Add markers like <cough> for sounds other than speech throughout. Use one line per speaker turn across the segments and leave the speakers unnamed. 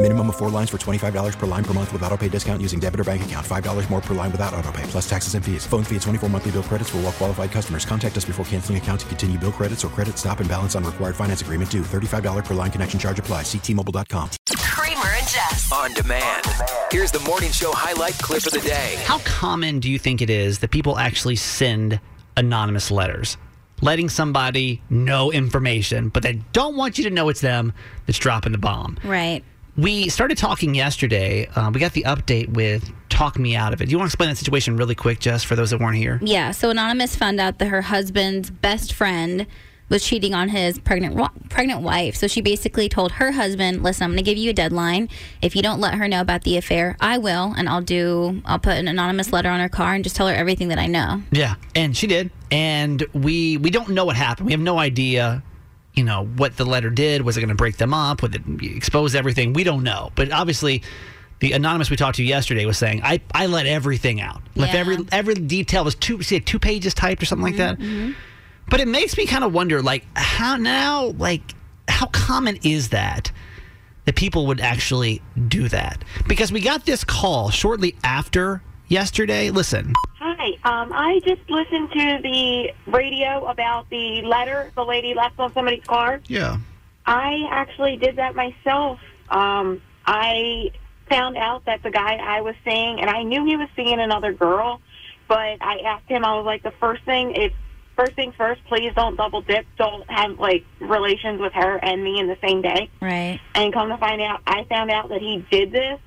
Minimum of four lines for $25 per line per month with auto pay discount using debit or bank account. $5 more per line without auto pay, plus taxes and fees. Phone fee at 24 monthly bill credits for all well qualified customers. Contact us before canceling account to continue bill credits or credit stop and balance on required finance agreement due. $35 per line connection charge applies. Ctmobile.com.
Kramer and Jess.
On demand. Here's the morning show highlight clip of the day.
How common do you think it is that people actually send anonymous letters? letting somebody know information, but they don't want you to know it's them that's dropping the bomb.
Right.
We started talking yesterday. Uh, we got the update with Talk Me Out of It. Do you want to explain that situation really quick, Jess, for those that weren't here?
Yeah. So Anonymous found out that her husband's best friend was cheating on his pregnant wa- pregnant wife. So she basically told her husband, "Listen, I'm going to give you a deadline. If you don't let her know about the affair, I will, and I'll do. I'll put an anonymous letter on her car and just tell her everything that I know."
Yeah, and she did. And we we don't know what happened. We have no idea. You know what the letter did? Was it going to break them up? Would it expose everything? We don't know. But obviously, the anonymous we talked to yesterday was saying, "I I let everything out. Left
Yeah.
every every detail was two see two pages typed or something like that."
Mm-hmm.
Mm-hmm.
But it makes me kind of wonder, like, how now, like, how common is that that people would actually do that? Because we got this call shortly after yesterday. Listen,
Hi. Um, I just listened to the radio about the letter the lady left on somebody's car.
yeah,
I actually did that myself. Um, I found out that the guy I was seeing, and I knew he was seeing another girl, but I asked him. I was like, the first thing, if first thing first, please don't double dip. Don't have like relations with her and me in the same day.
Right.
And come to find out, I found out that he did this.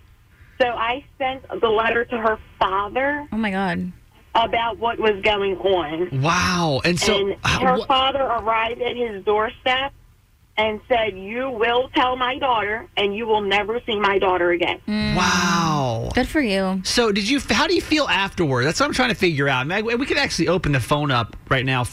So I sent the letter to her father
Oh my God.
about what was going on.
wow, Oh, and so
and her
wha-
father arrived at his doorstep and said, You will tell my daughter, and you will never see my daughter again.
wow.
Mm, Good for you.
So did you? How do you feel afterward? That's what I'm trying to figure out. Mag- We could actually open the phone up right now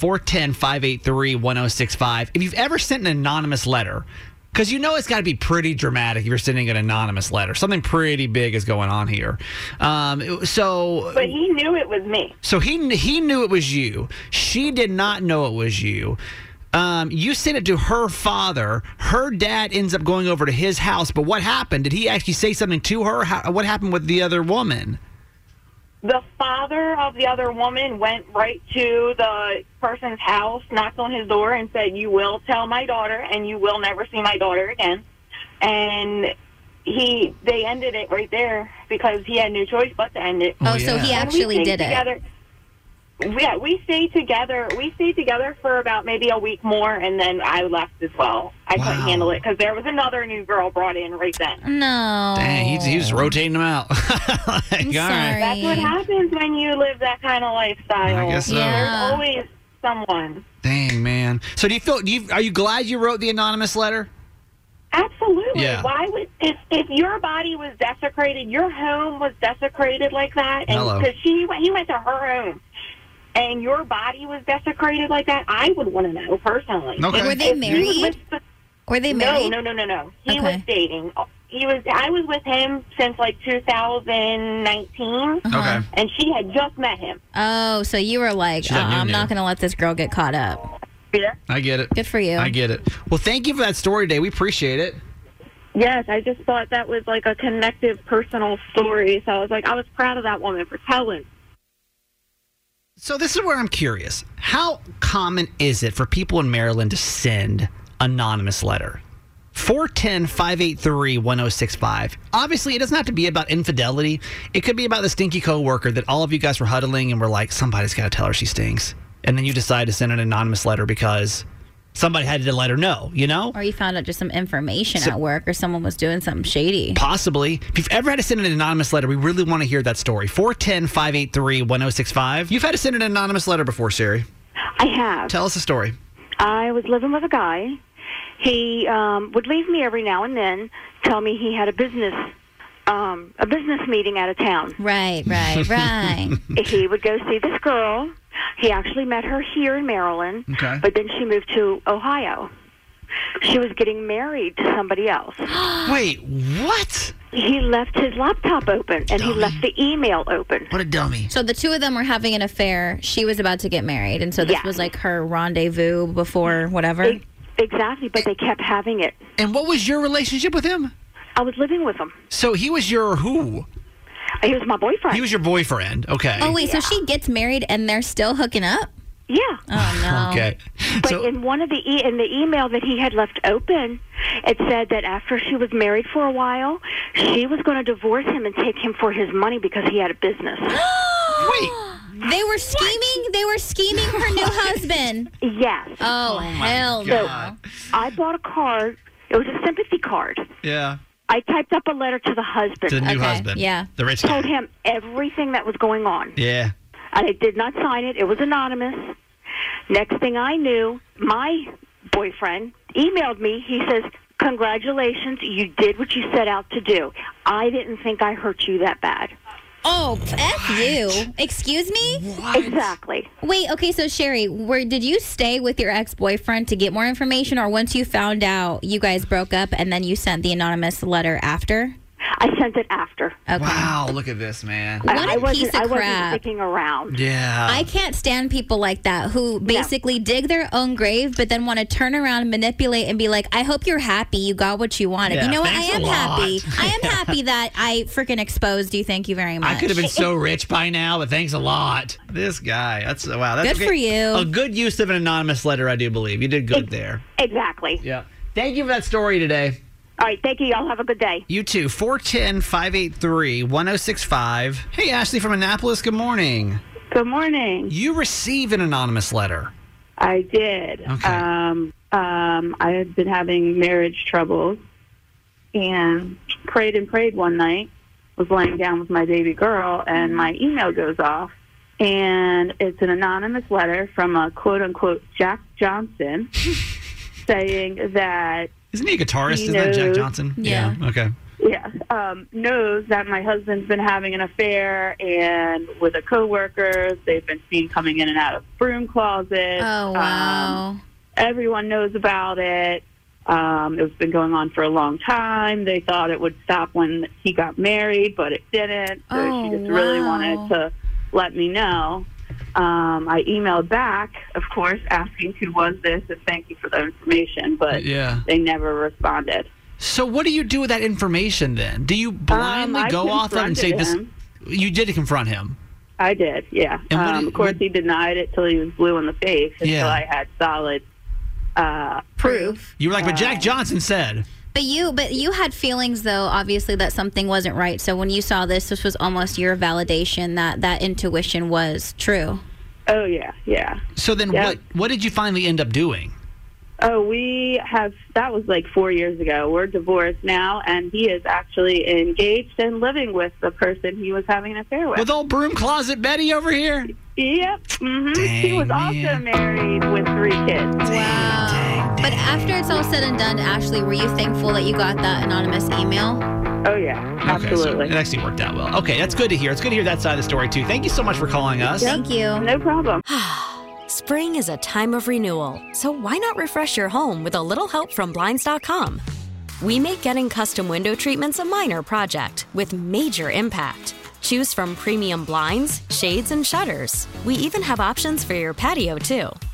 410-583-1065. If you've ever sent an anonymous letter, because you know it's got to be pretty dramatic if you're sending an anonymous letter. Something pretty big is going on here. Um, so
But he knew it was me.
so he he knew it was you. She did not know it was you. Um, you sent it to her father. Her dad ends up going over to his house. But what happened? Did he actually say something to her? How, what happened with the other woman?
The father of the other woman went right to the person's house, knocked on his door, and said, You will tell my daughter, and you will never see my daughter again. And he they ended it right there because he had no choice but to end it.
Oh, so
yeah.
he
And we
actually
stayed
did it.
together. Yeah, we stayed together. We stayed together for about maybe a week more, and then I left as well. I couldn't
Wow.
handle it because there was another new girl brought in right then.
No.
Dang, he's, he's rotating them out. <laughs>
Oh.
Like,
I'm
all right.
sorry.
That's what happens when you live that kind of lifestyle.
I guess so.
Yeah.
There's always someone.
Dang, man. So do you feel? Do you are you glad you wrote the anonymous letter?
Absolutely.
Yeah.
Why would if if your body was desecrated, your home was desecrated like that,
Hello.
and because she went, he went to her home, and your body was desecrated like that, I would want to know personally.
Okay.
Were they
If you
married?
lived the-
Were they
No,
married?
no, no, no, no. He was
Okay.
dating. He was. I was with him since like 2019,
Uh-huh.
Okay.
and she had just met him.
Oh, so you were like,
She's
uh,
a new
I'm
new.
not going to let this girl get caught up.
Yeah.
I get it.
Good for you.
I get it. Well, thank you for that story today. We appreciate it.
Yes, I just thought that was like a connective personal story. So I was like, I was proud of that woman for telling.
So this is where I'm curious. How common is it for people in Maryland to send anonymous letter? 410-583-1065. Obviously, it doesn't have to be about infidelity. It could be about the stinky coworker that all of you guys were huddling and were like, somebody's got to tell her she stinks. And then you decide to send an anonymous letter because somebody had to let her know, you know?
Or you found out just some information at work or someone was doing something shady.
Possibly. If you've ever had to send an anonymous letter, we really want to hear that story. 410 583 1065. You've had to send an anonymous letter before, Siri.
I have.
Tell us the story.
I was living with a guy. He um, would leave me every now and then, tell me he had a business, um, a business meeting out of
<laughs>
town.
Right, right, right.
he would go see this girl. He actually met her here in Maryland,
Okay.
but then she moved to Ohio. She was getting married to somebody else.
<gasps> Wait, what?
He left his laptop open and he left the email open.
What a dummy.
So the two of them were having an affair. She was about to get married, and so this
Yeah.
was like her rendezvous before whatever.
E- Exactly, but they kept having it.
And what was your relationship with him?
I was living with him.
So he was your who?
He was my boyfriend.
He was your boyfriend. Okay.
Oh wait, so she gets married and they're still hooking up?
yeah.
Oh no.
<laughs> Okay.
But
So,
in one of the e- in the email that he had left open, it said that after she was married for a while, she was going to divorce him and take him for his money because he had a business.
wait.
They were scheming. They were scheming
<laughs>
her new husband.
yes,
Oh, hell
God.
I bought a card. It was a sympathy card.
Yeah.
I typed up a letter to the husband.
To the new
Okay,
husband.
yeah.
The rich
told
guy.
him everything that was going on.
Yeah.
I did not sign it. It was anonymous. Next thing I knew, my boyfriend emailed me. He says, "Congratulations, you did what you set out to do. I didn't think I hurt you that bad."
no. Oh, f you. Excuse me.
Exactly.
Wait. Okay. So Sherry, where did you stay with your ex boyfriend to get more information, or once you found out you guys broke up and then you sent the anonymous letter after?
I sent it after.
Okay.
Wow, look at this, man.
What
I
a
wasn't.
piece of
I wasn't
crap.
sticking around.
Yeah.
I can't stand people like that who basically dig their own grave, but then want to turn around, manipulate, and be like, "I hope you're happy. You got what you wanted.
Yeah,
you know what? I
thanks a
am
lot.
happy. I
<laughs>
am happy that I freaking exposed you. Thank you very much.
I could have been so rich by now, but thanks a lot. This guy, that's wow. That's
Good for you.
A good use of an anonymous letter, I do believe. You did good there.
Exactly.
Yeah. Thank you for that story today.
All right. Thank you. Y'all have a good day.
You too. 410 583 1065. Hey, Ashley from Annapolis. Good morning.
Good morning.
You receive an anonymous letter.
I did.
Okay.
Um, um, I had been having marriage troubles and prayed and prayed one night. Was laying down with my baby girl, and my email goes off. And it's an anonymous letter from a quote unquote Jack
<laughs>
Johnson saying that
Isn't he a guitarist?
He
Isn't that Jack
knows.
Johnson?
Yeah.
Okay.
yeah, um, knows that my husband's been having an affair and with a coworker. They've been seen coming in and out of broom closets.
oh wow.
Um, everyone knows about it. Um, it's been going on for a long time. They thought it would stop when he got married, but it didn't. So
Oh,
she just really
wow.
wanted to let me know. Um, I emailed back, of course, asking who was this and thank you for the information, but
Yeah.
they never responded.
So, what do you do with that information then? Do you blindly
Um, I
go off of it and say this?
confronted
You did confront him.
I did, yeah.
And what
um,
did-
of course,
what-
he denied it till he was blue in the face until
Yeah.
I had solid uh, proof.
You were like, but
Uh,
Jack Johnson said.
But you, but you had feelings though, obviously that something wasn't right. So when you saw this, this was almost your validation that that intuition was true.
Oh, yeah, yeah.
So then,
Yeah.
what what did you finally end up doing?
Oh, we have. That was like four years ago. We're divorced now, and he is actually engaged and living with the person he was having an affair with.
With old broom closet Betty over here?
yep. hmm He
Dang,
was also
man.
married with three kids.
Wow. But after it's all said and done, Ashley, were you thankful that you got that anonymous email?
Oh, yeah. Absolutely.
Okay, so it actually worked out well. Okay, that's good to hear. It's good to hear that side of the story too. Thank you so much for calling us.
Thank you.
no problem.
<sighs> Spring is a time of renewal, so why not refresh your home with a little help from Blinds.com? We make getting custom window treatments a minor project with major impact. Choose from premium blinds, shades, and shutters. We even have options for your patio, too.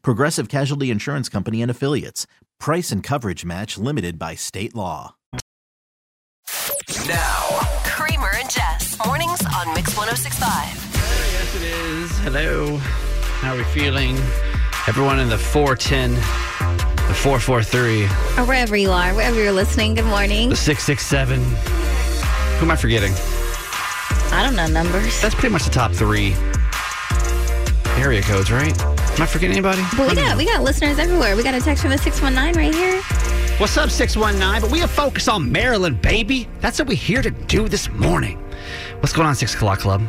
Progressive Casualty Insurance Company and Affiliates. Price and coverage match limited by state law.
Now,
Kramer and Jess. Mornings on Mix 1065.
Yes, it is. Hello. How are we feeling? Everyone in the 410, the 443,
Or wherever you are, wherever you're listening, good morning.
the 667. Who am I forgetting?
<laughs> I don't know numbers.
That's pretty much the top three area codes, right? Am I forgetting anybody?
But we got we got listeners everywhere. We got a text from a six one nine right here.
What's up, 619? But we have focus on Maryland, baby. That's what we're here to do this morning. What's going on, 6 o'clock club?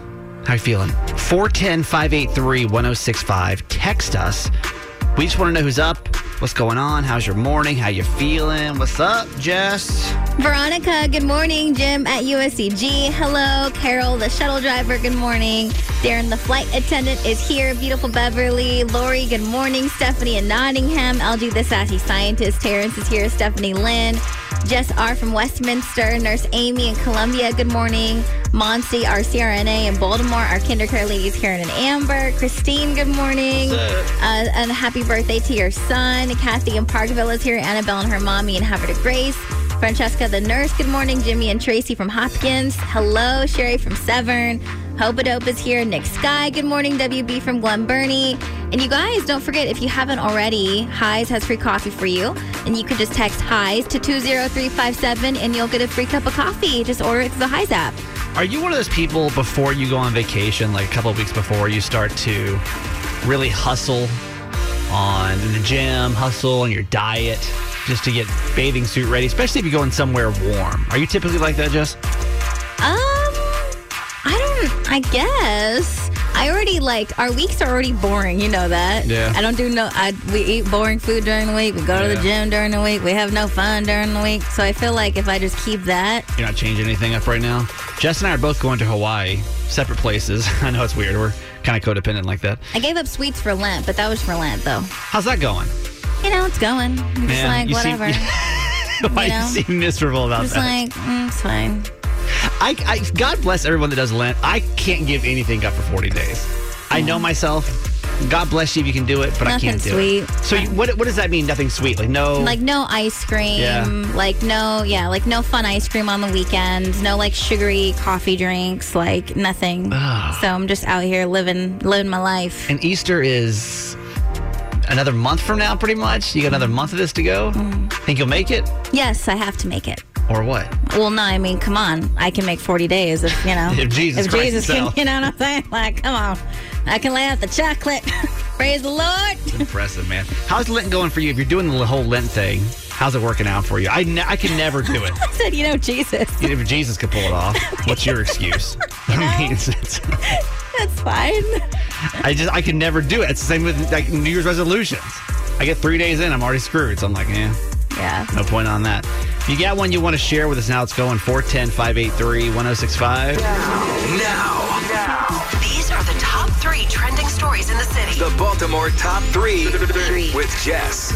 How you feeling? 410 583 1065. Text us. We just want to know who's up, what's going on, how's your morning, how you feeling, what's up, Jess?
Veronica, good morning. Jim at USCG, hello. Carol, the shuttle driver, good morning. Darren, the flight attendant, is here. Beautiful Beverly. Lori, good morning. Stephanie in Nottingham. LG, the sassy scientist. Terrence is here. Stephanie Lynn. Jess R. from Westminster. Nurse Amy in Columbia, good morning. Monsi, our CRNA in Baltimore. Our kinder care ladies, Karen and Amber. Christine, good morning. Uh, and happy birthday to your son. Kathy in Parkville is here. Annabelle and her mommy in Havre de Grace. Francesca, the nurse, good morning. Jimmy and Tracy from Hopkins. Hello, Sherry from Severn. Hopadope is here. Nick Sky, good morning. WB from Glen Burnie. And you guys, don't forget, if you haven't already, Highs has free coffee for you. And you can just text Highs to 20357 and you'll get a free cup of coffee. Just order it through the Highs app.
Are you one of those people before you go on vacation, like a couple of weeks before, you start to really hustle on in the gym, hustle on your diet, just to get bathing suit ready, especially if you're going somewhere warm? Are you typically like that, Jess?
Um, I don't. I guess I already like our weeks are already boring. You know that.
Yeah.
I don't do no. I we eat boring food during the week. We go to
Yeah.
the gym during the week. We have no fun during the week. So I feel like if I just keep that,
You're not changing anything up right now. Jess and I are both going to Hawaii, separate places. <laughs> I know it's weird. We're kind of codependent like that.
I gave up sweets for Lent, but that was for Lent though.
How's that going? <laughs>
You know, it's going. I'm just
Man,
like
you seem- <laughs>
whatever.
Why
You know?
you seem miserable about
I'm just
that?
like mm, it's fine.
I, I God bless everyone that does Lent. I can't give anything up for 40 days. I know myself. God bless you if you can do it, but
Nothing
I can't do it.
sweet.
So you, what what does that mean? Nothing sweet. Like no.
Like no ice cream,
Oh. Yeah.
like no, yeah, like no fun ice cream on the weekends, no like sugary coffee drinks, like nothing. so I'm just out here living living my life.
and Easter is another month from now, pretty much. You got another month of this to go.
Mm.
Think you'll make it,
Yes, I have to make it.
or what?
Well, no, I mean, come on, I can make 40 days if you know.
<laughs> If Jesus
if
Christ
Jesus can, <laughs>
himself.
you know what I'm saying? Like, come on, I can lay out the chocolate. <laughs> Praise the Lord.
Impressive, man. How's Lent going for you? If you're doing the whole Lent thing, how's it working out for you? I ne- I can never do it.
I said, you know, Jesus.
if Jesus could pull it off, what's your
<laughs>
excuse? I mean, it's- it's-
That's fine.
I just I can never do it. It's the same with like New Year's resolutions. I get three days in, I'm already screwed. So I'm like, yeah,
yeah,
no point on that. If you got one you want to share with us now, it's going 410-583-1065.
Now.
These are the top three trending stories in the city.
The Baltimore Top 3 with Jess.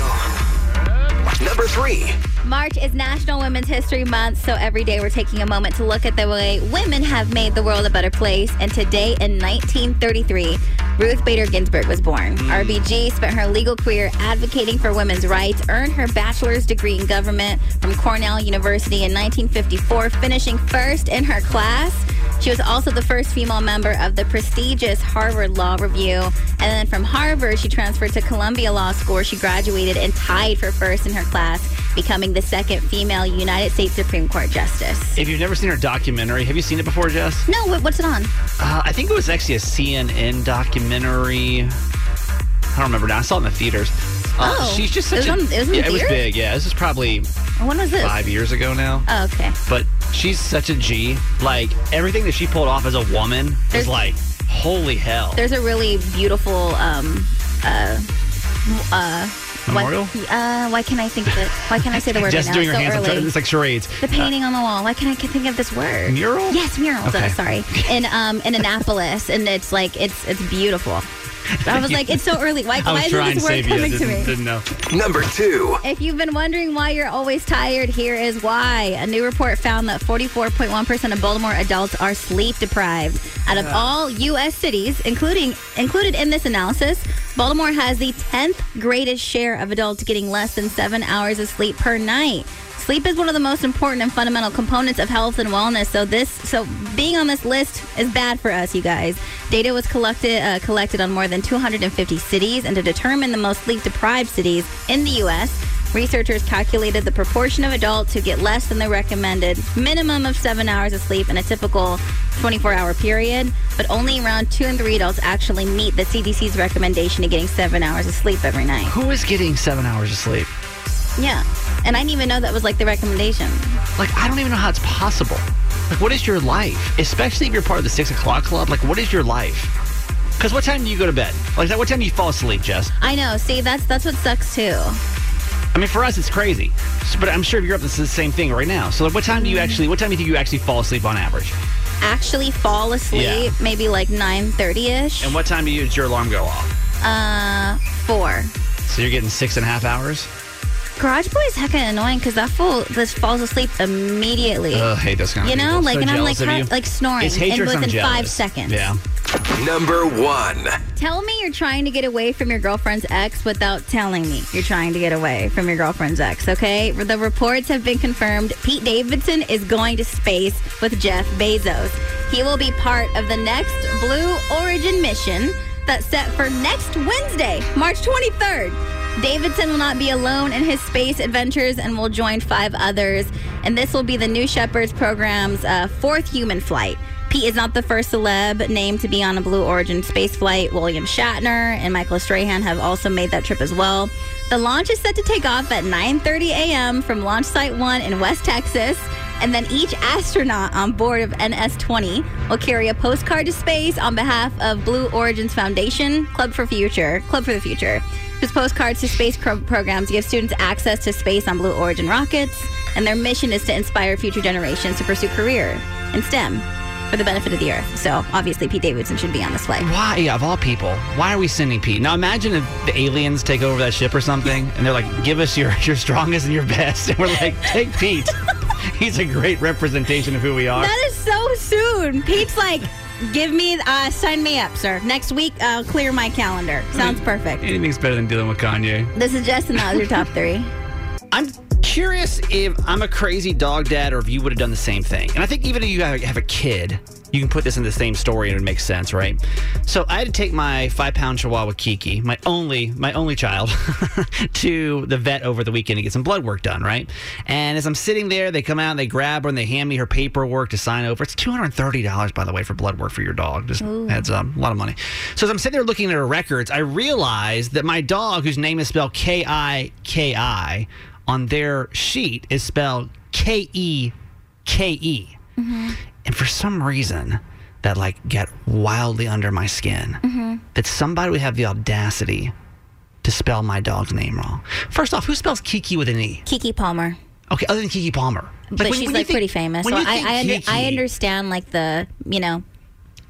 Number three.
March is National Women's History Month, so every day we're taking a moment to look at the way women have made the world a better place. And today in 1933, Ruth Bader Ginsburg was born. RBG spent her legal career advocating for women's rights, earned her bachelor's degree in government from Cornell University in 1954, finishing first in her class. She was also the first female member of the prestigious Harvard Law Review. And then from Harvard, she transferred to Columbia Law School. She graduated and tied for first in her class, becoming the second female United States Supreme Court Justice.
If you've never seen her documentary, have you seen it before, Jess?
No, what- what's it on?
Uh, I think it was actually a CNN documentary. I don't remember now. I saw it in the theaters. Uh,
Oh,
she's just
it was
such a.
on- it was in the
yeah, it was
theater?
big. Yeah, this is probably
When was this?
five years ago now.
Oh, okay.
But she's such a G. Like everything that she pulled off as a woman
There's-
is like holy hell.
There's a really beautiful um uh uh
Memorial?
Why, uh, why can I think of it? Why can I
<laughs>
say the word
Just
right
doing
now?
her hands.
so
I'm trying-
early.
It's like charades.
The painting on the wall. Why can't I think of this word?
Mural?
Yes, mural.
Okay.
I'm sorry. In um in Annapolis, and it's like it's it's beautiful. I was like, it's so early. Why,
<laughs> I
why
was
isn't
trying to
this word
save you.
coming to
Didn't-
me?
didn't know.
Number two.
If you've been wondering why you're always tired, here is why. A new report found that 44.1% of Baltimore adults are sleep deprived. Out of
Yeah.
all U.S. cities, including included in this analysis, Baltimore has the 10th greatest share of adults getting less than seven hours of sleep per night. Sleep is one of the most important and fundamental components of health and wellness. So this, so being on this list is bad for us, you guys. Data was collected uh, collected on more than 250 cities, and to determine the most sleep deprived cities in the U.S., researchers calculated the proportion of adults who get less than the recommended minimum of seven hours of sleep in a typical 24 hour period. But only around two and three adults actually meet the CDC's recommendation of getting seven hours of sleep every night.
Who is getting seven hours of sleep?
Yeah, and I didn't even know that was like the recommendation.
Like I don't even know how it's possible. Like what is your life? Especially if you're part of the six o'clock club. Like what is your life? Because what time do you go to bed? Like what time do you fall asleep, Jess?
I know. See, that's that's what sucks too.
I mean, for us, it's crazy. So- But I'm sure if you're up, this is the same thing right now. So, like, what time do you actually? What time do you think you actually fall asleep on average?
Actually, fall asleep
Yeah.
maybe like nine thirty ish.
And what time do you, does your alarm go off?
Uh, four.
So you're getting six and a half hours.
Garage Boy is heckin' annoying because that fool just falls asleep immediately.
Ugh, I hate those kind
you
of
know,
people.
Oh, like,
So
and I'm like,
jealous of
how-
you.
like snoring,
It's hatred.
and
I'm
within five
jealous.
seconds.
Yeah.
Number one.
Tell me you're trying to get away from your girlfriend's ex without telling me you're trying to get away from your girlfriend's ex, okay? The reports have been confirmed. Pete Davidson is going to space with Jeff Bezos. He will be part of the next Blue Origin mission that's set for next Wednesday, March 23rd. Davidson will not be alone in his space adventures and will join five others. And this will be the New Shepherds program's uh, fourth human flight. Pete is not the first celeb named to be on a Blue Origin space flight. William Shatner and Michael Strahan have also made that trip as well. The launch is set to take off at 9:30 a.m. from Launch Site 1 in West Texas. And then each astronaut on board of NS 20 will carry a postcard to space on behalf of Blue Origins Foundation, Club for Future, Club for the Future, whose postcards to space cro- programs give students access to space on Blue Origin rockets. And their mission is to inspire future generations to pursue career in STEM for the benefit of the Earth. So obviously, Pete Davidson should be on this flight.
Why, yeah, of all people, why are we sending Pete? Now imagine if the aliens take over that ship or something, and they're like, "Give us your your strongest and your best," <laughs> and we're like, "Take
<laughs>
Pete. He's a great representation of who we are."
That is so soon. Pete's like, give me, uh, sign me up, sir. Next week, I'll clear my calendar. Sounds perfect.
Anything's better than dealing with Kanye.
This is Justin. That was your top
<laughs>
three.
I'm curious if I'm a crazy dog dad or if you would have done the same thing. And I think even if you have have a kid, you can put this in the same story and it makes sense, right? So I had to take my five pound Chihuahua Kiki, my only my only child, <laughs> to the vet over the weekend to get some blood work done, right? And as I'm sitting there, they come out and they grab her and they hand me her paperwork to sign over. It's two hundred and thirty dollars, by the way, for blood work for your dog. Just
Ooh.
heads up, um, a lot of money. So as I'm sitting there looking at her records, I realized that my dog, whose name is spelled K I K I, on their sheet is spelled K E K E. And for some reason, that like got wildly under my skin.
Mhm.
That somebody would have the audacity to spell my dog's name wrong. First off, who spells Kiki with an E?
Kiki Palmer.
Okay, other than Kiki Palmer.
but she's like pretty famous. So
when
I,
you think
I, under, I
Kiki-
understand like the, you know,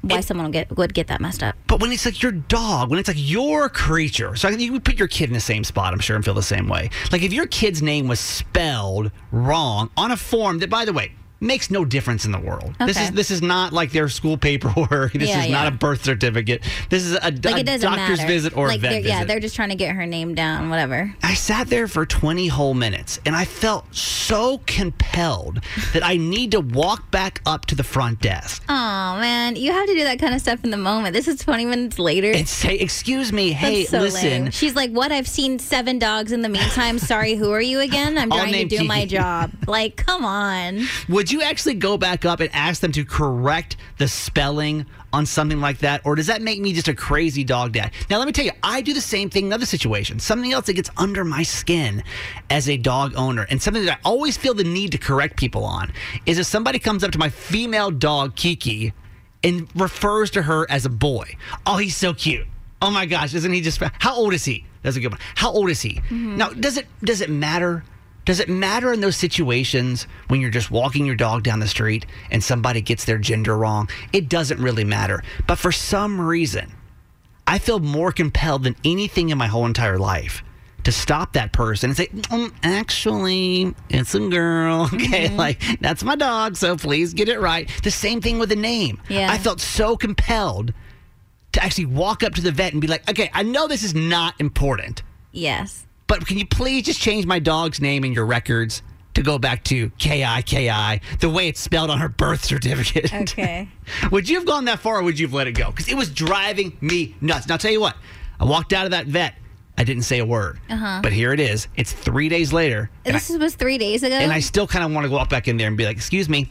why someone would get, would get that messed up.
But when it's like your dog, when it's like your creature, so I think you would put your kid in the same spot, I'm sure, and feel the same way. Like if your kid's name was spelled wrong on a form that, by the way, makes no difference in the world. This
Okay.
is this is not like their school paperwork. <laughs> This
Yeah,
is not
yeah.
a birth certificate. This is a,
Like
a
it doesn't
doctor's
matter.
visit or
like
a vet
they're-
visit.
Yeah, they're just trying to get her name down, whatever.
I sat there for 20 whole minutes and I felt so compelled that I need to walk back up to the front desk
Oh man, you have to do that kind of stuff in the moment. This is 20 minutes later.
and say, Excuse me, hey,
That's so
listen.
lame. She's like, "What? I've seen seven dogs in the meantime. Sorry, who are you again?
<laughs>
I'm
I'll
trying to
name
do
Kiki."
my
<laughs>
job. Like, come on.
Would you actually go back up and ask them to correct the spelling on something like that? Or does that make me just a crazy dog dad? Now, let me tell you, I do the same thing in other situations. Something else that gets under my skin as a dog owner, and something that I always feel the need to correct people on, is if somebody comes up to my female dog, Kiki, and refers to her as a boy. Oh, he's so cute. Oh my gosh, isn't he just? How old is he? That's a good one. How old is he? Now, does it does it matter? Does it matter in those situations when you're just walking your dog down the street and somebody gets their gender wrong? It doesn't really matter. But for some reason, I feel more compelled than anything in my whole entire life to stop that person and say, um, actually, it's a girl. <laughs> Okay. Like, that's my dog. So please get it right. The same thing with the name.
Yeah.
I felt so compelled to actually walk up to the vet and be like, okay, I know this is not important,
Yes.
but can you please just change my dog's name in your records to go back to KIKI, the way it's spelled on her birth certificate? <laughs>
Okay.
Would you have gone that far or would you have let it go? Because it was driving me nuts. Now, I'll tell you what, I walked out of that vet. I didn't say a word.
Uh-huh.
But here it is. It's three days later. And, I,
This was three days ago.
and I still kind of want to walk back in there and be like, excuse me.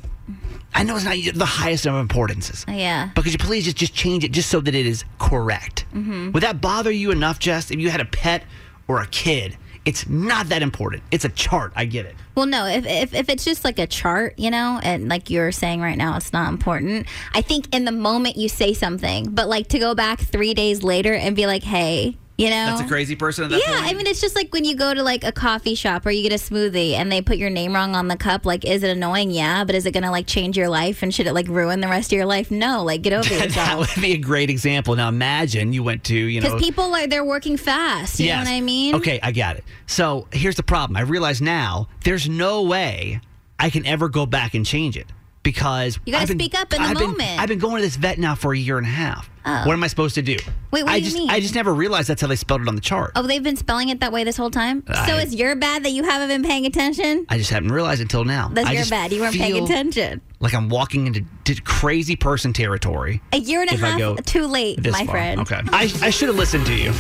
I know it's not the highest of importances.
yeah.
But could you please just, just change it just so that it is correct?
Mhm.
Would that bother you enough, Jess, if you had a pet or a kid? It's not that important. It's a chart. I get it.
Well, no, if, if, if it's just like a chart, you know, and like you're saying right now, it's not important. I think in the moment you say something, but like to go back three days later and be like, hey, you know.
That's a crazy person at that
yeah,
point.
I mean, it's just like when you go to like a coffee shop or you get a smoothie and they put your name wrong on the cup. Like, is it annoying? Yeah, but is it gonna like change your life and should it like ruin the rest of your life? No, like
<laughs>
get over
that
yourself.
would be a great example. Now imagine you went to, you
Because
know,
people are they're working fast. You
Yes.
know what I mean?
Okay, I got it. So here's the problem. I realize now there's no way I can ever go back and change it because
You gotta
I've been-
speak up in the
I've been-
moment.
I've been going to this vet now for a year and a half.
Oh.
What am I supposed to do?
Wait, what
I
do you
just,
mean?
I just never realized that's how they spelled it on the chart.
Oh, they've been spelling it that way this whole time. so
I-
it's your bad that you haven't been paying attention.
I just hadn't realized until now.
That's
I
your
just
bad. You weren't paying
feel
attention.
Like I'm walking into d- crazy person territory.
A year and a
if I
half
go
too late,
this
my
far.
friend.
Okay. I, I should have listened to you.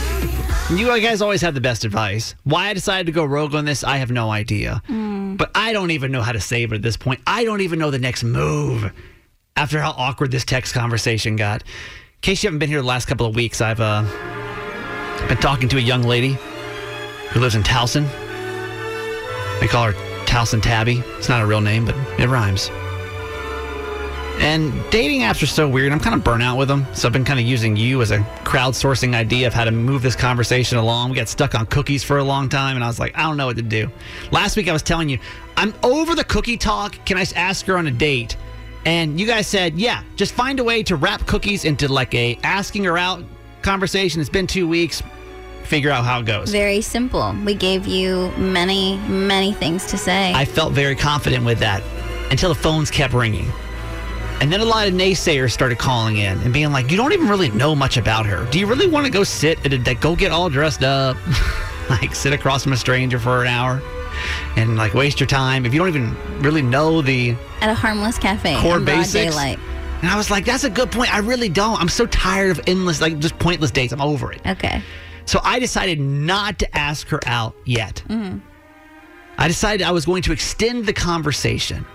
You guys always have the best advice. Why I decided to go rogue on this, I have no idea.
Mm. Hmm.
But I don't even know how to save it at this point. I don't even know the next move after how awkward this text conversation got. In case you haven't been here the last couple of weeks, I've uh, been talking to a young lady who lives in Towson. We call her Towson Tabby. It's not a real name, but it rhymes. And dating apps are so weird. I'm kind of burnt out with them. So I've been kind of using you as a crowdsourcing idea of how to move this conversation along. We got stuck on cookies for a long time, and I was like, I don't know what to do. Last week I was telling you, I'm over the cookie talk. Can I s- ask her on a date? And you guys said, yeah, just find a way to wrap cookies into like a asking her out conversation. It's been two weeks. Figure out how it goes.
Very simple. We gave you many, many things to say.
I felt very confident with that until the phones kept ringing. And then a lot of naysayers started calling in and being like, "You don't even really know much about her. Do you really want to go sit at a like, go get all dressed up, <laughs> like sit across from a stranger for an hour, and like waste your time if you don't even really know the
at a harmless cafe.
core
in broad
basics?"
daylight.
And I was like, "That's a good point. I really don't. I'm so tired of endless like just pointless dates. I'm over it."
Okay.
So I decided not to ask her out yet.
Mhm.
I decided I was going to extend the conversation.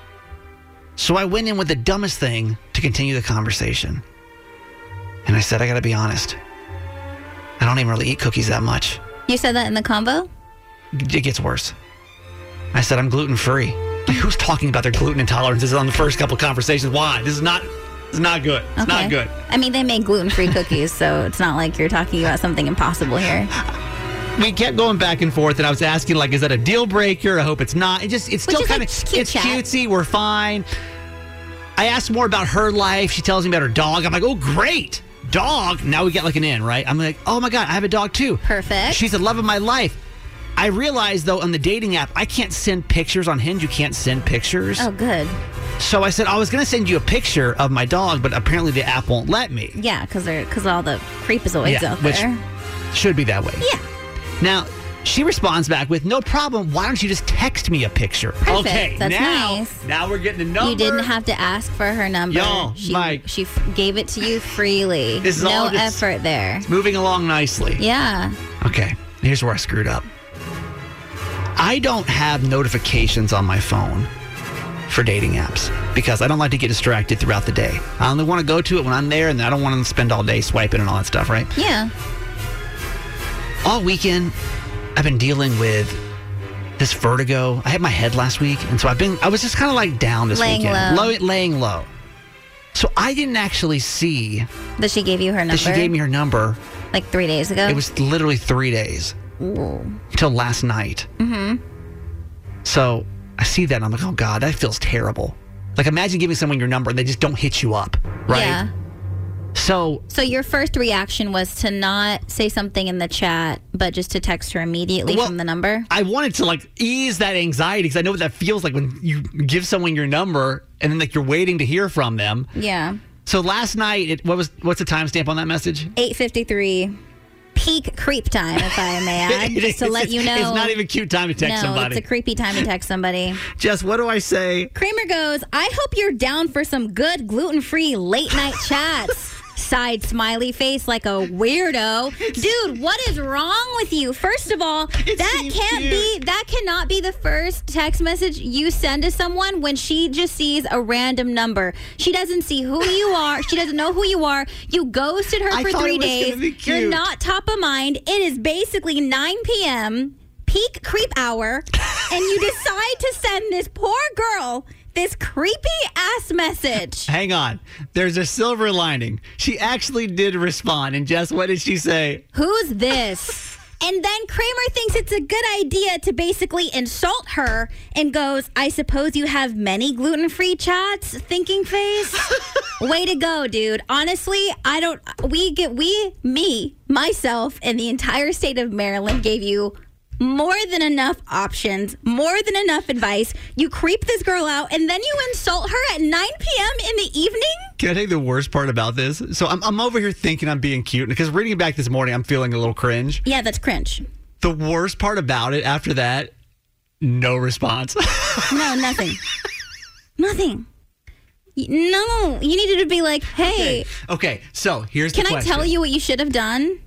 So I went in with the dumbest thing to continue the conversation. And I said, I gotta be honest. I don't even really eat cookies that much.
You said that in the combo?
It gets worse. I said, I'm gluten free. Like, <laughs> who's talking about their gluten intolerances on the first couple conversations? Why? This is not, it's not good. It's
Okay.
not good.
I mean, they make gluten
<laughs>
free cookies, so it's not like you're talking about something impossible here.
we kept going back and forth, and I was asking like, "Is that a deal breaker? I hope it's not." It just it's
Which
still
is,
kind of
like, cute
it's
chat.
cutesy. We're fine. I asked more about her life. She tells me about her dog. I'm like, oh, great. Dog. Now we get like an in, right? I'm like, oh my God, I have a dog too.
Perfect.
She's the love of my life. I realized though on the dating app, I can't send pictures on Hinge. You can't send pictures.
Oh, good.
So I said, I was going to send you a picture of my dog, but apparently the app won't let me.
Yeah, because because all the creepazoids
Yeah,
out
which
Oh, there.
should be that way.
Yeah.
Now, she responds back with, "No problem. Why don't you just text me a picture?"
Perfect.
Okay,
That's
now
nice.
now we're getting a number.
You didn't have to ask for her number.
Yo,
she
Mike.
she f- gave it
<sighs>
to you freely.
This is
no
all just-
effort there.
It's moving along nicely.
Yeah.
Okay, here's where I screwed up. I don't have notifications on my phone for dating apps because I don't like to get distracted throughout the day. I only want to go to it when I'm there, and I don't want to spend all day swiping and all that stuff, right?
Yeah.
all weekend I've been dealing with this vertigo. I had my head last week, and so I've been I was just kind of like down this
Laying
weekend,
low.
laying low. So I didn't actually see
That she gave you her number.
that she gave me her number.
like three days ago.
It was literally three days till last night.
Mm-hmm.
So I see that and I'm like, oh God, that feels terrible. Like imagine giving someone your number and they just don't hit you up, right?
Yeah.
So
So your first reaction was to not say something in the chat, but just to text her immediately
Well-
from the number.
I wanted to like ease that anxiety because I know what that feels like when you give someone your number and then like you're waiting to hear from them.
Yeah.
So last night, it, what was what's the timestamp on that message?
Eight fifty three, peak creep time, if I
<laughs>
may add,
It
just to
is-
let you know.
it's not even cute time to text
no,
somebody.
it's a creepy time to text somebody.
Jess, what do I say?
Kramer goes, I hope you're down for some good gluten free
<laughs>
late night chats. Side smiley face like a weirdo. Dude, what is wrong with you? First of all, that can't be, that cannot be the first text message you send to someone when she just sees a random number. She doesn't see who
<laughs>
you are. She doesn't know who you are. You ghosted her
I
for
thought it
three
was gonna
days.
be
You're
cute.
not top of mind. It is basically 9 p.m., peak creep hour, and you decide to send this poor girl this creepy ass message.
Hang on. There's a silver lining. She actually did respond. And Jess, what did she say?
Who's this? And then Kramer thinks it's a good idea to basically insult her and goes, I suppose you have many gluten free chats, thinking face. Way to go, dude. Honestly, I don't, we get, we, me, myself, and the entire state of Maryland gave you more than enough options, more than enough advice. You creep this girl out and then you insult her at 9 p.m. in the evening?
Can I take the worst part about this? So I'm, I'm over here thinking I'm being cute because reading it back this morning, I'm feeling a little cringe.
Yeah, that's cringe.
The worst part about it after that, no response. <laughs>
No, nothing. nothing. Y- No, you needed to be like, hey,
okay, so here's
can
the
I
question.
tell you what you should have done?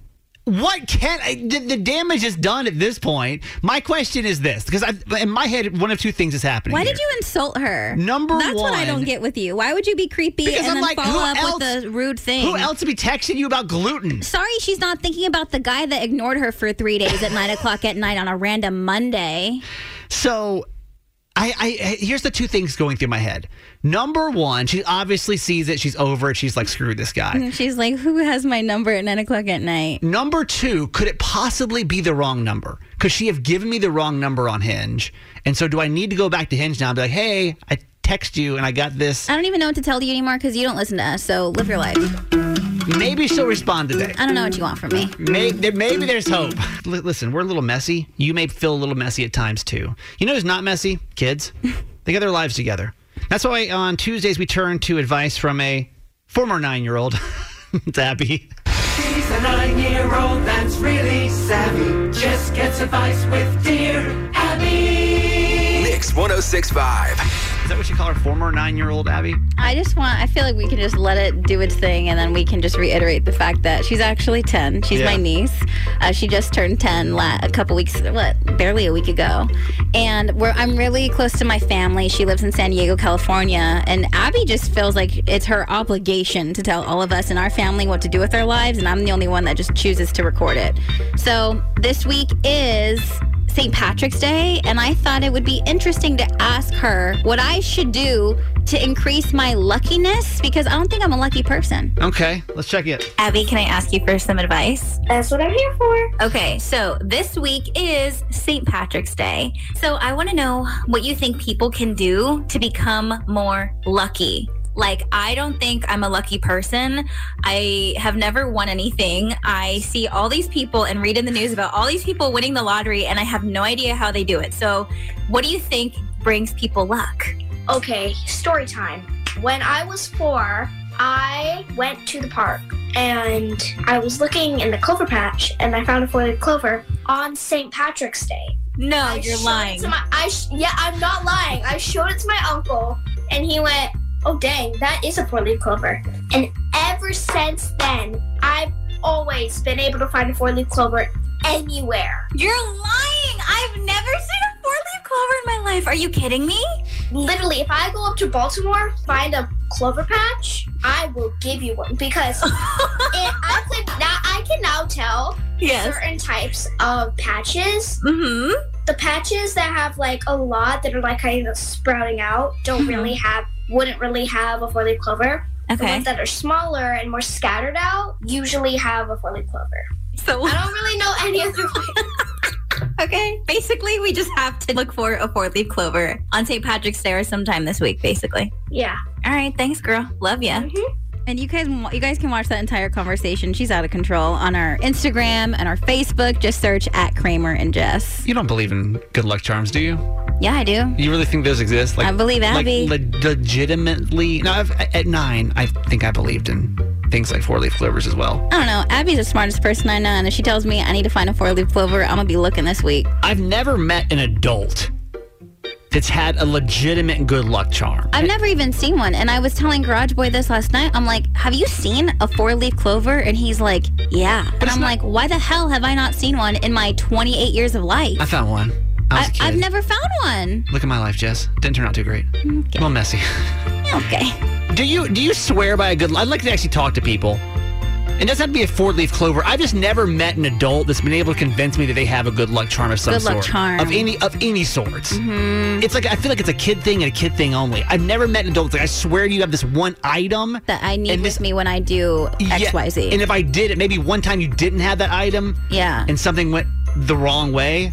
What can I, the, the damage is done at this point? My question is this because I, in my head, one of two things is happening.
Why
here.
did you insult her?
Number
That's what I
one-
don't get with you. Why would you be creepy
Because
and
I'm
then
like,
follow
who
up
else-
with a rude thing?
Who else would be texting you about gluten?
Sorry, she's not thinking about the guy that ignored her for three days at nine o'clock at night on a random Monday.
So, I, I I- here's the two things going through my head. Number one, she obviously sees it. She's over it. She's like, screw this guy.
And she's like, who has my number at nine o'clock at night?
Number two, could it possibly be the wrong number? Could she have given me the wrong number on Hinge? And so, do I need to go back to Hinge now and be like, hey, I text you and I got this?
I don't even know what to tell you anymore because you don't listen to us. So live your life.
Maybe she'll respond today.
I don't know what you want from me.
Maybe, there, maybe there's hope. L- listen, we're a little messy. You may feel a little messy at times too. You know who's not messy? <laughs> Kids. They got their lives together. That's why on Tuesdays we turn to advice from a former nine year old. <laughs> it's Abby.
She's a nine-year-old that's really savvy. Just gets advice with dear Abby.
Mix 1065.
Is that what you call her? Former nine year old Abby?
I just want, I feel like we can just let it do its thing and then we can just reiterate the fact that she's actually 10. She's
Yeah.
my niece. Uh, she just turned 10 la- a couple weeks, what, barely a week ago. And we're, I'm really close to my family. She lives in San Diego, California. And Abby just feels like it's her obligation to tell all of us in our family what to do with our lives. And I'm the only one that just chooses to record it. So this week is St. Patrick's Day, and I thought it would be interesting to ask her what I should do to increase my luckiness because I don't think I'm a lucky person.
Okay, let's check it.
Abby, can I ask you for some advice?
That's what I'm here for.
Okay, so this week is St. Patrick's Day. So I want to know what you think people can do to become more lucky.
Like, I don't think I'm a lucky person. I have never won anything. I see all these people and read in the news about all these people winning the lottery, and I have no idea how they do it. So, what do you think brings people luck?
Okay, story time. When I was four, I went to the park and I was looking in the clover patch and I found a four-leaf clover on St. Patrick's Day.
No,
I
you're
showed it
lying.
to my- I sh- yeah, I'm not lying. I showed it to my uncle and he went, "Oh dang, that is a four-leaf clover." And ever since then, I've always been able to find a four-leaf clover anywhere.
You're lying. I've never seen a four-leaf clover in my life. Are you kidding me?
Literally, if I go up to Baltimore, find a clover patch, I will give you
<laughs>
one because it, I could now I can now tell
Yes.
certain types of patches.
Mm-hmm.
The patches that have like a lot that are like kind of sprouting out don't
Mm-hmm.
really have wouldn't really have a four leaf clover. The
Okay.
ones that are smaller and more scattered out usually have a four leaf clover.
So
I don't really know any
<laughs>
other way.
Okay. Basically, we just have to look for a four-leaf clover on St. Patrick's Day or sometime this week. Basically.
Yeah.
All right. Thanks, girl. Love ya.
And you guys, you guys can watch that entire conversation. She's out of control on our Instagram and our Facebook. Just search at Kramer and Jess.
You don't believe in good luck charms, do you?
Yeah, I do.
You really think those exist?
I believe Abby.
Like le- legitimately. No, I've, at nine, I think I believed in things like four leaf clovers as well.
I don't know. Abby's the smartest person I know, and if she tells me I need to find a four-leaf clover, I'm gonna be looking this week.
I've never met an adult that's had a legitimate good luck charm.
I've never even seen one, and I was telling Garage Boy this last night. I'm like, "Have you seen a four-leaf clover?" And he's like, "Yeah." and I'm like, "Why the hell have I not seen one in my 28 years of life?
I found one. I was a
I,
kid.
I've never found one."
Look at my life, Jess. Didn't turn out too great. A little messy.
Okay.
Do you do you swear by a good? I'd like to actually talk to people. It doesn't have to be a four-leaf clover. I've just never met an adult that's been able to convince me that they have a good luck charm of some
Good luck
sort,
charm.
of any of any sort.
Mm-hmm.
It's like I feel like it's a kid thing and a kid thing only. I've never met an adult that's like I swear you have this one item
that I need with me when I do X, Y, Z.
And if I did it, maybe one time you didn't have that item,
Yeah.
and something went the wrong way.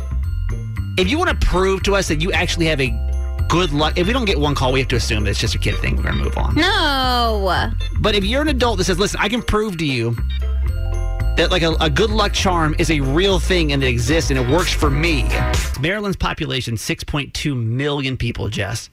If you want to prove to us that you actually have a good luck, if we don't get one call, we have to assume that it's just a kid thing. We're gonna move on.
No.
But if you're an adult that says, listen, I can prove to you that like a, a good luck charm is a real thing and it exists and it works for me. Maryland's population, 6.2 million people, Jess.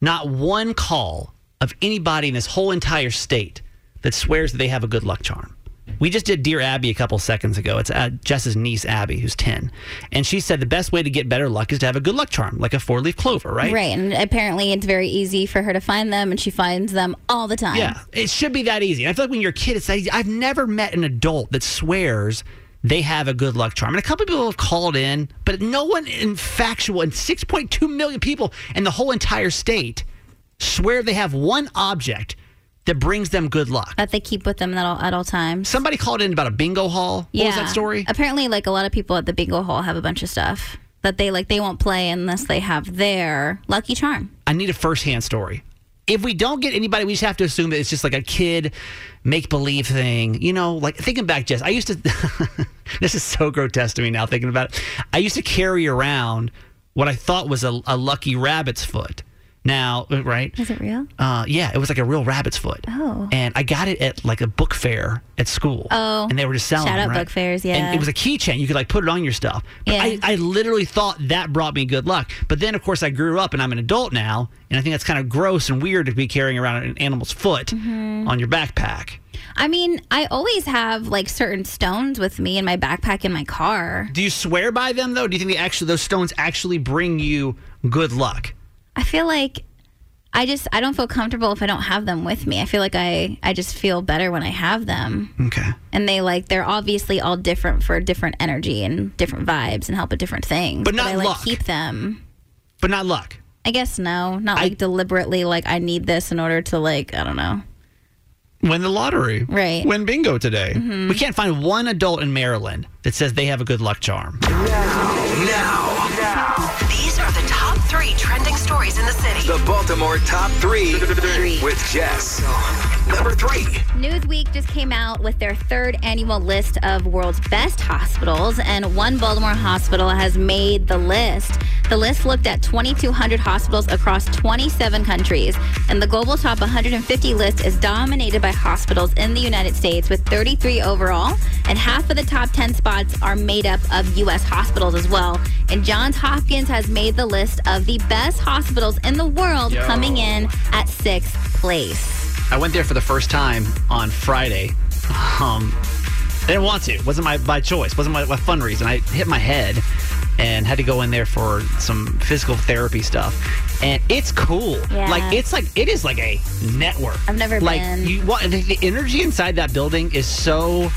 Not one call of anybody in this whole entire state that swears that they have a good luck charm. We just did Dear Abby a couple seconds ago. It's uh, Jess's niece, Abby, who's 10. And she said the best way to get better luck is to have a good luck charm, like a four leaf clover, right?
And apparently, it's very easy for her to find them, and she finds them all the time.
Yeah, it should be that easy. I feel like when you're a kid, it's that easy. I've never met an adult that swears they have a good luck charm. And a couple of people have called in, but no one in factual, and 6.2 million people in the whole entire state swear they have one object that brings them good luck.
That they keep with them at all, at all times.
Somebody called in about a bingo hall. What
yeah.
was that story?
Apparently, like a lot of people at the bingo hall have a bunch of stuff that they like. They won't play unless they have their lucky charm.
I need a firsthand story. If we don't get anybody, we just have to assume that it's just like a kid make believe thing. You know, like thinking back, Jess, I used to, <laughs> this is so grotesque to me now thinking about it. I used to carry around what I thought was a, a lucky rabbit's foot. Now, right?
Is it real?
Uh, yeah, it was like a real rabbit's foot.
Oh.
And I got it at like a book fair at school.
Oh.
And they were just selling
Shout
them,
out
right?
book fairs, yeah.
And it was a keychain. You could like put it on your stuff. But
Yeah.
I, I literally thought that brought me good luck. But then, of course, I grew up and I'm an adult now. And I think that's kind of gross and weird to be carrying around an animal's foot
Mhm.
on your backpack.
I mean, I always have like certain stones with me in my backpack in my car.
Do you swear by them, though? Do you think they actually, those stones actually bring you good luck?
I feel like I just I don't feel comfortable if I don't have them with me. I feel like I I just feel better when I have them.
Okay.
And they like they're obviously all different for different energy and different vibes and help with different things.
But not
I like
luck.
keep them.
But not luck.
I guess no, not like deliberately like I need this in order to like I don't know.
Win the lottery.
Right.
Win bingo today.
Mhm.
We can't find one adult in Maryland that says they have a good luck charm.
Now. Now. These are the top three trending stories in the city.
The Baltimore Top 3 with Jess.
Number three.
Newsweek just came out with their third annual list of world's best hospitals, and one Baltimore hospital has made the list. The list looked at 2,200 hospitals across 27 countries, and the global top 150 list is dominated by hospitals in the United States with 33 overall, and half of the top 10 spots are made up of U.S. hospitals as well. And Johns Hopkins has made the list of the best hospitals in the world,
Yo.
coming in at sixth place.
I went there for the first time on Friday. Um, I didn't want to. It wasn't my, my choice. wasn't my, my fun reason. I hit my head and had to go in there for some physical therapy stuff. And it's cool.
Yeah.
Like it's like it is like a network.
I've never
like
been.
you. What the, the energy inside that building is so.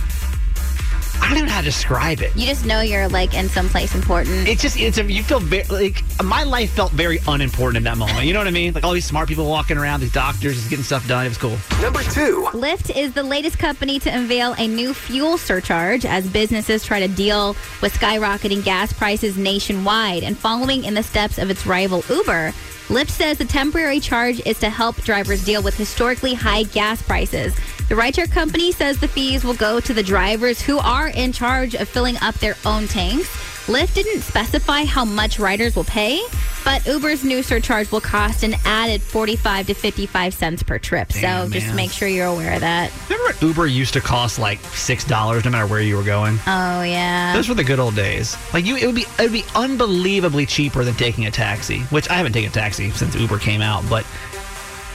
I don't even know how to describe it.
You just know you're like in some place important.
It's just it's a, you feel very like my life felt very unimportant in that moment. You know what I mean? Like all these smart people walking around, these doctors just getting stuff done. It was cool.
Number two.
Lyft is the latest company to unveil a new fuel surcharge as businesses try to deal with skyrocketing gas prices nationwide and following in the steps of its rival Uber. Lyft says the temporary charge is to help drivers deal with historically high gas prices. The rideshare company says the fees will go to the drivers who are in charge of filling up their own tanks. Lyft didn't specify how much riders will pay, but Uber's new surcharge will cost an added 45 to 55 cents per trip.
Damn,
so just
man.
make sure you're aware of that.
Remember when Uber used to cost like six dollars no matter where you were going?
Oh yeah.
Those were the good old days. Like you, it would be it would be unbelievably cheaper than taking a taxi. Which I haven't taken a taxi since Uber came out, but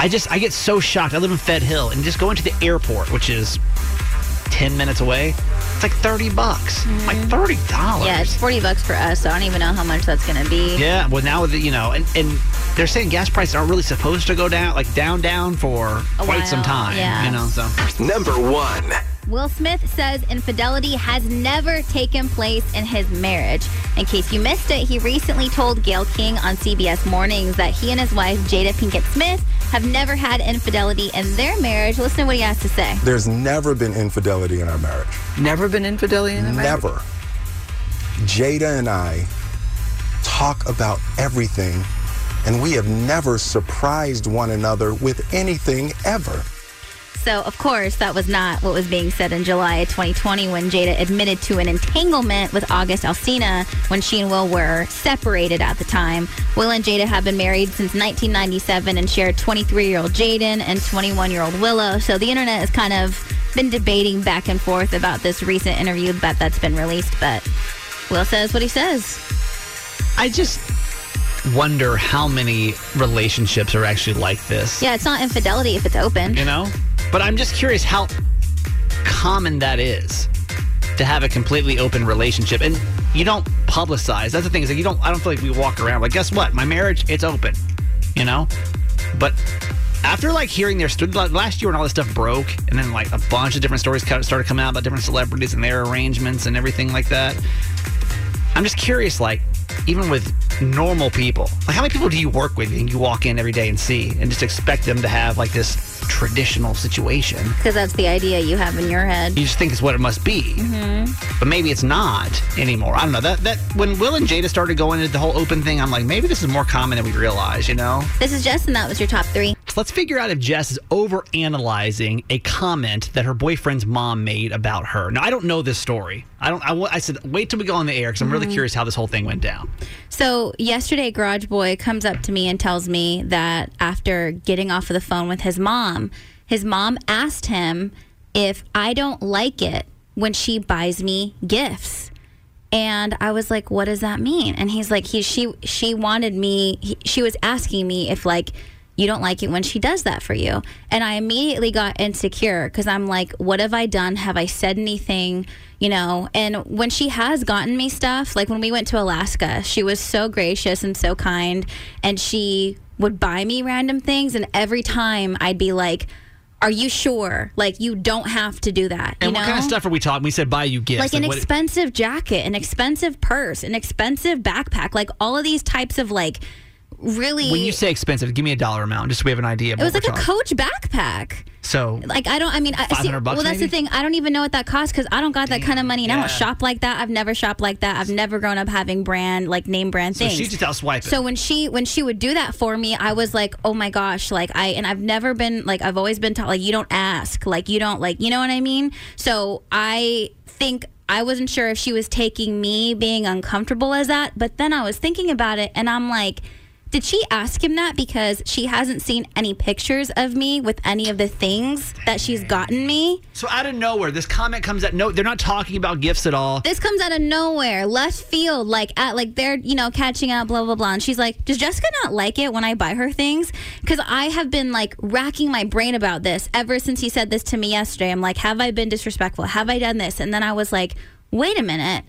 I just I get so shocked. I live in Fed Hill, and just going to the airport, which is ten minutes away, it's like thirty bucks. Like thirty dollars.
Mm-hmm. yeah, it's 40 bucks for us, so I don't even know how much that's going to be.
Yeah, well now with the, you know, and, and they're saying gas prices aren't really supposed to go down, like down down for
A
quite some
while,
time.
yeah.
You know, so
number one.
Will Smith says infidelity has never taken place in his marriage. In case you missed it, he recently told Gail King on CBS Mornings that he and his wife, Jada Pinkett Smith, have never had infidelity in their marriage. Listen to what he has to say.
There's never been infidelity in our marriage.
Never been infidelity in a marriage?
Never. Jada and I talk about everything, and we have never surprised one another with anything ever.
So, of course, that was not what was being said in July of 2020 when Jada admitted to an entanglement with August Alsina when she and Will were separated at the time. Will and Jada have been married since 1997 and share 23 year old Jaden and 21 year old Willow. So, the internet has kind of been debating back and forth about this recent interview but that's been released, but Will says what he says.
I just wonder how many relationships are actually like this.
Yeah, it's not infidelity if it's open.
You know? But I'm just curious how common that is to have a completely open relationship. And you don't publicize. That's the thing, is like you don't I don't feel like we walk around like, guess what? My marriage, it's open. You know? But after like hearing their story like, last year when all this stuff broke, and then like a bunch of different stories kind of started coming out about different celebrities and their arrangements and everything like that. I'm just curious, like, even with normal people, like, how many people do you work with and you walk in every day and see and just expect them to have, like, this traditional situation?
Because that's the idea you have in your head.
You just think it's what it must be.
hmm
But maybe it's not anymore. I don't know. That, that, when Will and Jada started going into the whole open thing, I'm like, maybe this is more common than we realize, you know?
This is Justin. That was your top three.
Let's figure out if Jess is overanalyzing a comment that her boyfriend's mom made about her. Now, I don't know this story. I don't. I, wa- I said wait till we go on the air because I'm really
Mhm.
curious how this whole thing went down.
So yesterday, Garage Boy comes up to me and tells me that after getting off of the phone with his mom, his mom asked him if I don't like it when she buys me gifts. And I was like, "What does that mean?" And he's like, "He she she wanted me. He, she was asking me if like." You don't like it when she does that for you. And I immediately got insecure because I'm like, what have I done? Have I said anything? You know, and when she has gotten me stuff, like when we went to Alaska, she was so gracious and so kind. And she would buy me random things. And every time I'd be like, are you sure? Like, you don't have to do that.
And
you
what
know?
kind of stuff are we talking? We said buy you gifts.
like an
what-
expensive jacket, an expensive purse, an expensive backpack, like all of these types of like really
when you say expensive, give me a dollar amount just so we have an idea. of
it was
what
like
we're
a
talking-
coach backpack.
So
Like I don't. I mean, I, see,
500 bucks
well, that's the
maybe?
thing. I don't even know what that costs because I don't got that kind of money, and I
Yeah.
don't shop like that. I've never shopped like that. I've never grown up having brand like name brand
So
things.
she just outswiped it.
So when she when she would do that for me, I was like, oh my gosh, like I and I've never been like I've always been taught like you don't ask, like you don't like you know what I mean. So I think. I wasn't sure if she was taking me being uncomfortable as that, but then I was thinking about it and I'm like, did she ask him that because she hasn't seen any pictures of me with any of the things that she's gotten me?
So out of nowhere, this comment comes out. No, they're not talking about gifts at all.
This comes out of nowhere, left field, like at like they're you know catching up, blah blah blah. And she's like, does Jessica not like it when I buy her things? Because I have been like racking my brain about this ever since he said this to me yesterday. I'm like, have I been disrespectful? Have I done this? And then I was like, wait a minute,